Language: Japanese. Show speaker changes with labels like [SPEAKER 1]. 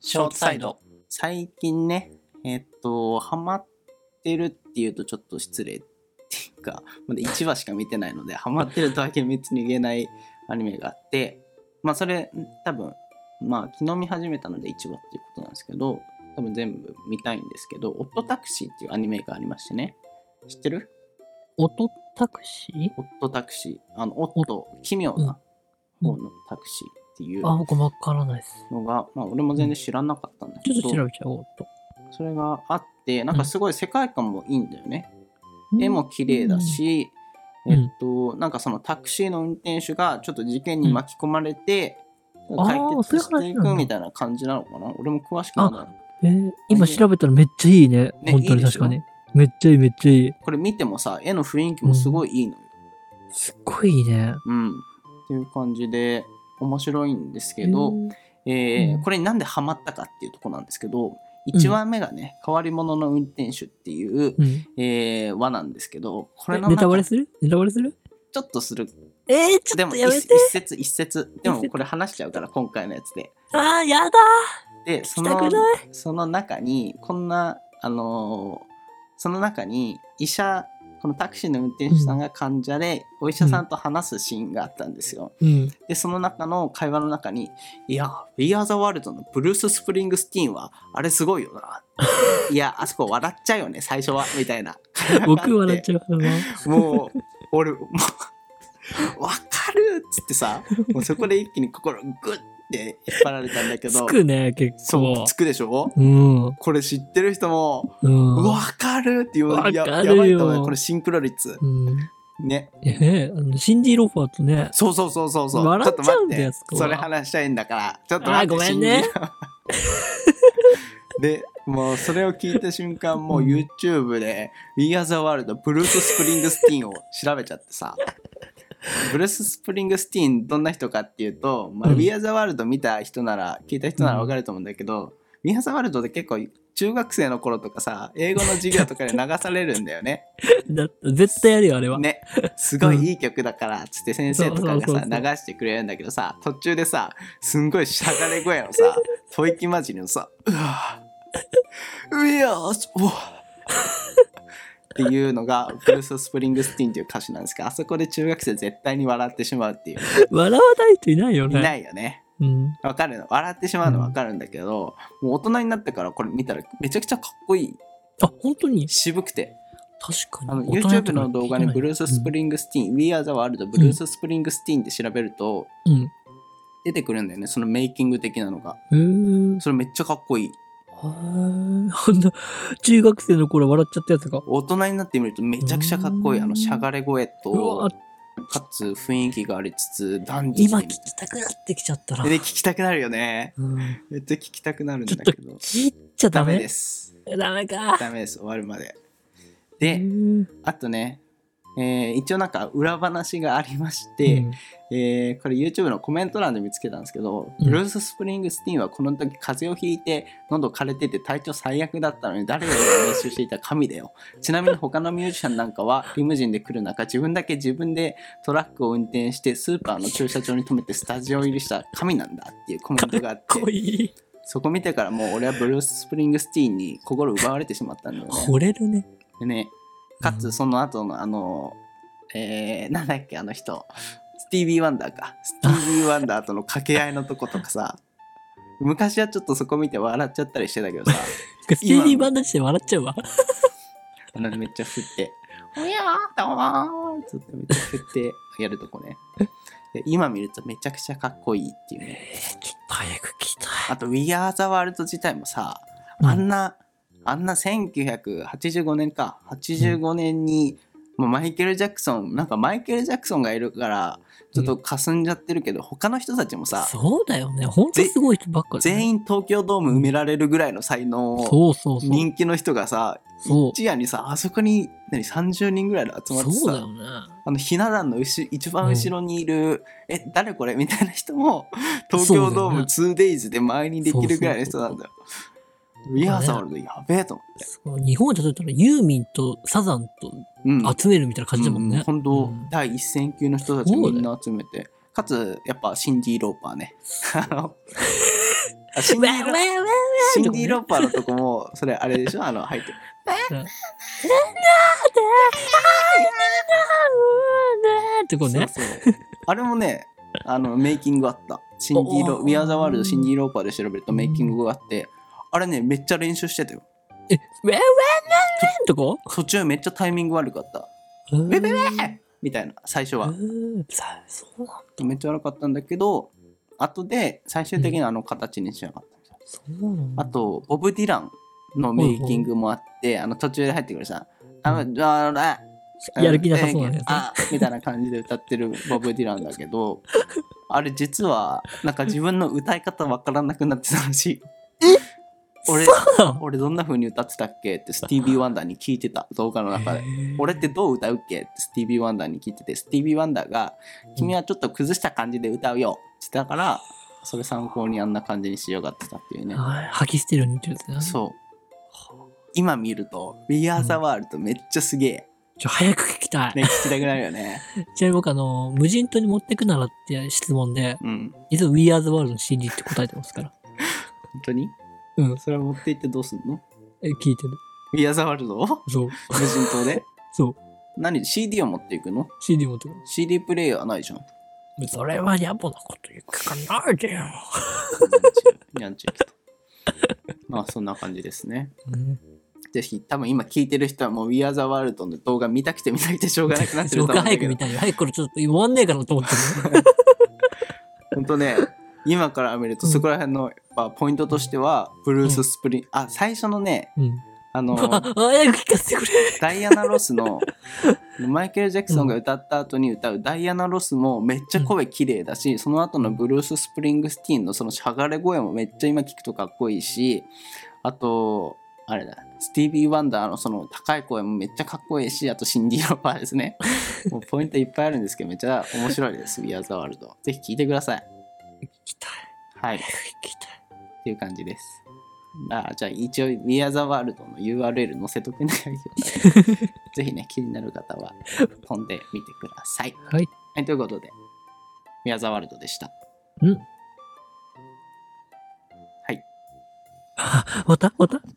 [SPEAKER 1] ショートサイド。最近ね、えっと、ハマってるっていうとちょっと失礼っていうか、まだ1話しか見てないので、ハマってるとは別に言えないアニメがあって、まあそれ多分、まあ昨日見始めたので1話っていうことなんですけど、多分全部見たいんですけど、オットタクシーっていうアニメがありましてね、知ってる
[SPEAKER 2] 音タクシー
[SPEAKER 1] オットタクシー。あの、オット、奇妙な方のタクシーっていう
[SPEAKER 2] あ、
[SPEAKER 1] の
[SPEAKER 2] 僕わからないです。
[SPEAKER 1] が、まあ俺も全然知らなかったんだけ
[SPEAKER 2] ちょ
[SPEAKER 1] ど、
[SPEAKER 2] っと調べちゃおうと。
[SPEAKER 1] それがあってなんかすごい世界観もいいんだよね、絵も綺麗だし、
[SPEAKER 2] うん
[SPEAKER 1] えっとなんかそのタクシーの運転手がちょっと事件に巻き込まれて、
[SPEAKER 2] ん
[SPEAKER 1] 解
[SPEAKER 2] あー
[SPEAKER 1] 決
[SPEAKER 2] そういう話なんだ
[SPEAKER 1] していくみたいな感じなのかな俺も詳しくないな
[SPEAKER 2] えー今調べたらめっちゃいいね。
[SPEAKER 1] ね
[SPEAKER 2] 本
[SPEAKER 1] い
[SPEAKER 2] 当
[SPEAKER 1] い
[SPEAKER 2] に
[SPEAKER 1] でし
[SPEAKER 2] 確
[SPEAKER 1] ょ
[SPEAKER 2] かに。めっちゃいい、めっちゃいい。
[SPEAKER 1] これ見てもさ絵の雰囲気もすごいいいのよ
[SPEAKER 2] すっごいいいね。
[SPEAKER 1] うん、っていう感じで面白いんですけど、
[SPEAKER 2] うん
[SPEAKER 1] えー
[SPEAKER 2] うん
[SPEAKER 1] これになんでハマったかっていうとこなんですけど1話目がね、変わり者の運転手っていう、
[SPEAKER 2] うん。
[SPEAKER 1] えー話なんですけどこれ
[SPEAKER 2] え
[SPEAKER 1] の
[SPEAKER 2] ネタバ
[SPEAKER 1] 中
[SPEAKER 2] レ
[SPEAKER 1] ち
[SPEAKER 2] するネタバレする
[SPEAKER 1] ょっとする
[SPEAKER 2] えー、ち
[SPEAKER 1] で
[SPEAKER 2] ょっ
[SPEAKER 1] も
[SPEAKER 2] と
[SPEAKER 1] 一
[SPEAKER 2] やめて
[SPEAKER 1] 一。節一節でも
[SPEAKER 2] 一節
[SPEAKER 1] これ話しちゃうから今回のやつで
[SPEAKER 2] あー、やだ
[SPEAKER 1] でそ
[SPEAKER 2] した
[SPEAKER 1] の
[SPEAKER 2] くな
[SPEAKER 1] その中にこんなあのーその中に医者このタクシーの運転手さんが患者で、お医者さんと話すシーンがあったんですよ、
[SPEAKER 2] ー。うん。
[SPEAKER 1] でその中の会話の中に「いや We Are the World」のブルース・スプリングスティーンはあれすごいよないやあそこ笑っちゃうよね最初はみたいな
[SPEAKER 2] 僕笑っちゃうか
[SPEAKER 1] もう俺もうわかるっつってさもうそこで一気に心グッて引っ張られたんだけ
[SPEAKER 2] つ
[SPEAKER 1] ど
[SPEAKER 2] くね、結
[SPEAKER 1] そう
[SPEAKER 2] 構
[SPEAKER 1] つ。くでしょ
[SPEAKER 2] うん。う
[SPEAKER 1] これ知ってる人も
[SPEAKER 2] ん。
[SPEAKER 1] わかるって言う
[SPEAKER 2] わかるよ
[SPEAKER 1] ややばいと思うよこれシンクロ率
[SPEAKER 2] うん。
[SPEAKER 1] ね
[SPEAKER 2] えー、あのシンディ・ロファーとね、
[SPEAKER 1] そうそうそうそうそう
[SPEAKER 2] 笑っちゃうんだ
[SPEAKER 1] ちょ
[SPEAKER 2] よ
[SPEAKER 1] っと待ってそれ話したいんだからちょっと待って
[SPEAKER 2] あーごめんね
[SPEAKER 1] シンディ でもうそれを聞いた瞬間もう YouTube で「We Are the World」ブルース・スプリングスティーンを調べちゃってさブルース・スプリングスティーンどんな人かっていうと、まあ
[SPEAKER 2] うん
[SPEAKER 1] We Are the World 見た人なら聞いた人ならわかると思うんだけど、We Are the World って結構中学生の頃とかさ英語の授業とかで流されるんだよね。
[SPEAKER 2] だ絶対やるよ、あれは。
[SPEAKER 1] ね、すごいいい曲だからっつって先生とかが
[SPEAKER 2] そうそ
[SPEAKER 1] さ
[SPEAKER 2] うそうそう
[SPEAKER 1] 流してくれるんだけどさ途中でさすんごいしゃがれ声のさ吐息混じりのさ「うわぁうやーすうわぁっていうのがブルース・スプリングスティーンっていう歌手なんですけどあそこで中学生絶対に笑ってしまうっていう
[SPEAKER 2] 笑わない人いないよ
[SPEAKER 1] い
[SPEAKER 2] ね。
[SPEAKER 1] ないよね
[SPEAKER 2] うん。
[SPEAKER 1] わかるの笑ってしまうのわかるんだけど、もう大人になってからこれ見たらめちゃくちゃかっこいい
[SPEAKER 2] あ、本当に
[SPEAKER 1] 渋くて
[SPEAKER 2] 確かに。
[SPEAKER 1] あの
[SPEAKER 2] 大人だと
[SPEAKER 1] YouTube の動画にブルース・スプ
[SPEAKER 2] リ
[SPEAKER 1] リングスティーン、We Are the World ブルース・スプリングスティーンって調べると
[SPEAKER 2] ン。
[SPEAKER 1] 出てくるんだよね、そのメイキング的なのが。
[SPEAKER 2] うん。へえ。
[SPEAKER 1] それめっちゃかっこいい。
[SPEAKER 2] あんな、中学生の頃笑っちゃったやつが。
[SPEAKER 1] 大人になってみるとめちゃくちゃかっこいい。
[SPEAKER 2] うん
[SPEAKER 1] あの、しゃがれ声
[SPEAKER 2] うわ
[SPEAKER 1] と、かつ雰囲気がありつつ、男女
[SPEAKER 2] 今
[SPEAKER 1] で
[SPEAKER 2] 聞きたくなってきちゃったな。
[SPEAKER 1] 聞きたくなるよね。
[SPEAKER 2] うん
[SPEAKER 1] めっちゃ聞きたくなるん
[SPEAKER 2] ち
[SPEAKER 1] だ
[SPEAKER 2] ょっと
[SPEAKER 1] けど。
[SPEAKER 2] 聞いちゃ
[SPEAKER 1] ダ
[SPEAKER 2] ダ
[SPEAKER 1] メ
[SPEAKER 2] メ
[SPEAKER 1] です。
[SPEAKER 2] ダメか。
[SPEAKER 1] ダメです。終わるまで。
[SPEAKER 2] う
[SPEAKER 1] で、
[SPEAKER 2] ん
[SPEAKER 1] あとね、えー一応なんか裏話がありまして、
[SPEAKER 2] うん
[SPEAKER 1] えーこれ YouTube のコメント欄で見つけたんですけど、
[SPEAKER 2] うん
[SPEAKER 1] ブルース・スプリングスティーンはこの時風邪をひいて喉枯れてて体調最悪だったのに誰よりも練習していた神だよ ちなみに他のミュージシャンなんかはリムジンで来る中自分だけ自分でトラックを運転してスーパーの駐車場に停めてスタジオ入りした神なんだっていうコメントがあっ
[SPEAKER 2] かっこ
[SPEAKER 1] て
[SPEAKER 2] いい。
[SPEAKER 1] そこ見てからもう俺はブルース・スプリングスティーンに心奪われてしまったんだよね
[SPEAKER 2] 惚れるね。
[SPEAKER 1] でね、かつその後のあの、えー、なんだっけ、あの人、スティービー・ワンダーか。スティービー・ワンダーとの掛け合いのとことかさ、 昔はちょっとそこ見て笑っちゃったりしてた けどさ、
[SPEAKER 2] スティービーバンダして笑っちゃうわ。
[SPEAKER 1] あのめっちゃ振って、おやーどうもーっつってめっちゃ振ってやるとこね。で今見るとめちゃくちゃかっこいいっていうね。
[SPEAKER 2] 早く聞きた
[SPEAKER 1] あと、We Are the World 自体もさ、
[SPEAKER 2] い。
[SPEAKER 1] あんな、あんな1985年か、85年に、もうマイケル・ジャクソン、なんかマイケル・ジャクソンがいるから、ちょっと霞んじゃってるけど、他の人たちもさ、
[SPEAKER 2] そうだよね。ほんとすごい人ばっかり。
[SPEAKER 1] 全
[SPEAKER 2] 員。
[SPEAKER 1] 員東京ドーム埋められるぐらいの才能を、
[SPEAKER 2] そうそうそう。
[SPEAKER 1] 人気の人がさ、
[SPEAKER 2] そう
[SPEAKER 1] 一夜にさ、あそこに何30人ぐらいで集まって
[SPEAKER 2] そうだ
[SPEAKER 1] さ
[SPEAKER 2] よ、ね。
[SPEAKER 1] あのひな壇の後一番後ろにいる、え、誰これみたいな人も、東京ドーム 2days で満員にできるぐらいの人なんだよ。リハーサルでやべえと思って。
[SPEAKER 2] そう日本で例えたらユーミンとサザンと
[SPEAKER 1] うん、
[SPEAKER 2] 集めるみたいな感じだもんね。
[SPEAKER 1] 本当、
[SPEAKER 2] うん
[SPEAKER 1] 第一線級の 人たちみんな集めて、かつやっぱシンディ・ローパーね。あのあシンデ
[SPEAKER 2] わ
[SPEAKER 1] ィ
[SPEAKER 2] わ
[SPEAKER 1] ロ
[SPEAKER 2] わわ
[SPEAKER 1] シンディローパーのとこも、それあれでしょあの、入ってる。
[SPEAKER 2] ってこうね。
[SPEAKER 1] そうそうあれもね、あの、メイキングあった。シンディロ
[SPEAKER 2] おー
[SPEAKER 1] ウィアーザワールド、シンディローパーで調べるとメイキングがあって、あれね、めっちゃ練習してたよ。
[SPEAKER 2] え、わわわわとこ
[SPEAKER 1] 途中めっちゃタイミング悪かった。
[SPEAKER 2] う
[SPEAKER 1] ウェブウェみたいな、最初は。
[SPEAKER 2] んさそうなんだ。
[SPEAKER 1] めっちゃ悪かったんだけど、後で最終的にあの形にしなかった。
[SPEAKER 2] そうなんだ。
[SPEAKER 1] あと、ボブ・ディランのメイキングもあって、あの途中で入ってくるさ、あの、あのあ
[SPEAKER 2] やる気なさそうなやつね
[SPEAKER 1] あみたいな感じで歌ってるボブ・ディランだけ ど、あれ実は、なんか自分の歌い方わからなくなってたらしい。俺
[SPEAKER 2] そ、うなの
[SPEAKER 1] 俺どんな風に歌ってたっけってスティービー・ワンダーに聞いてた、動画の中で。俺ってどう歌うっけってスティービー・ワンダーに聞いててスティービー・ワンダーが「君はちょっと崩した感じで歌うよ」って言ったからそれ参考にあんな感じにしようがってたっていうね
[SPEAKER 2] はい吐き捨てるように言ってるやつね。
[SPEAKER 1] そう今見ると「We Are the World」めっちゃすげ え
[SPEAKER 2] ちょ、早く聞きたい。
[SPEAKER 1] ね聞きたくなるよね
[SPEAKER 2] ちなみに僕あの、無人島に持ってくならって質問で、
[SPEAKER 1] うん
[SPEAKER 2] いつも We Are the World の CD って答えてますから。
[SPEAKER 1] 本当に
[SPEAKER 2] うん。
[SPEAKER 1] それは持って行ってどうすんの
[SPEAKER 2] え、聞いてる。
[SPEAKER 1] ?We Are the World を
[SPEAKER 2] そう。
[SPEAKER 1] 無人島 で
[SPEAKER 2] そう。
[SPEAKER 1] 何 CD を持っていくの
[SPEAKER 2] CD 持ってくる。
[SPEAKER 1] ?CD プレイヤーない じゃん
[SPEAKER 2] それは野暮なこと言うからないでよ。
[SPEAKER 1] にゃんちゅうにゃんちゅうきっとまあそんな感じですね
[SPEAKER 2] うん
[SPEAKER 1] ぜひ、多分今聞いてる人はもう We Are the World の動画見たくて見たくて しょうがなくなってると
[SPEAKER 2] 僕
[SPEAKER 1] 思うん
[SPEAKER 2] は
[SPEAKER 1] だ
[SPEAKER 2] 早
[SPEAKER 1] け
[SPEAKER 2] く見
[SPEAKER 1] ど、
[SPEAKER 2] たいよ。早くこれちょっと終わんねえかなと思ってる。
[SPEAKER 1] 本当ね、今から見るとそこら辺のやっぱポイントとしては、ブルース・スプリン、あ、最初のね、
[SPEAKER 2] うん。
[SPEAKER 1] あ
[SPEAKER 2] あ
[SPEAKER 1] の、
[SPEAKER 2] 早く聞かせてくれ。
[SPEAKER 1] ダイアナ・ロスの、マイケル・ジャクソンが歌った後に歌うダイアナ・ロスもめっちゃ声綺麗だし、その後のブルース・スプリングスティーンのそのしゃがれ声もめっちゃ今聞くとかっこいいし、あと、あれだ、スティービー・ワンダーのその高い声もめっちゃかっこいいし、あとシンディ・ローパーですね。もうポイントいっぱいあるんですけど、めっちゃ面白いです、We Are the World。ぜひ聴いてください。
[SPEAKER 2] 聞きたい。
[SPEAKER 1] はい、っ
[SPEAKER 2] 早く聞きたい。
[SPEAKER 1] ていう感じです。あじゃあ一応 We Are the World の URL 載せとくね。 ぜひね、気になる方は飛んでみてください。
[SPEAKER 2] はい。
[SPEAKER 1] はい、ということで、We Are the World でした。
[SPEAKER 2] うん。
[SPEAKER 1] はい。
[SPEAKER 2] あ、終わった終わった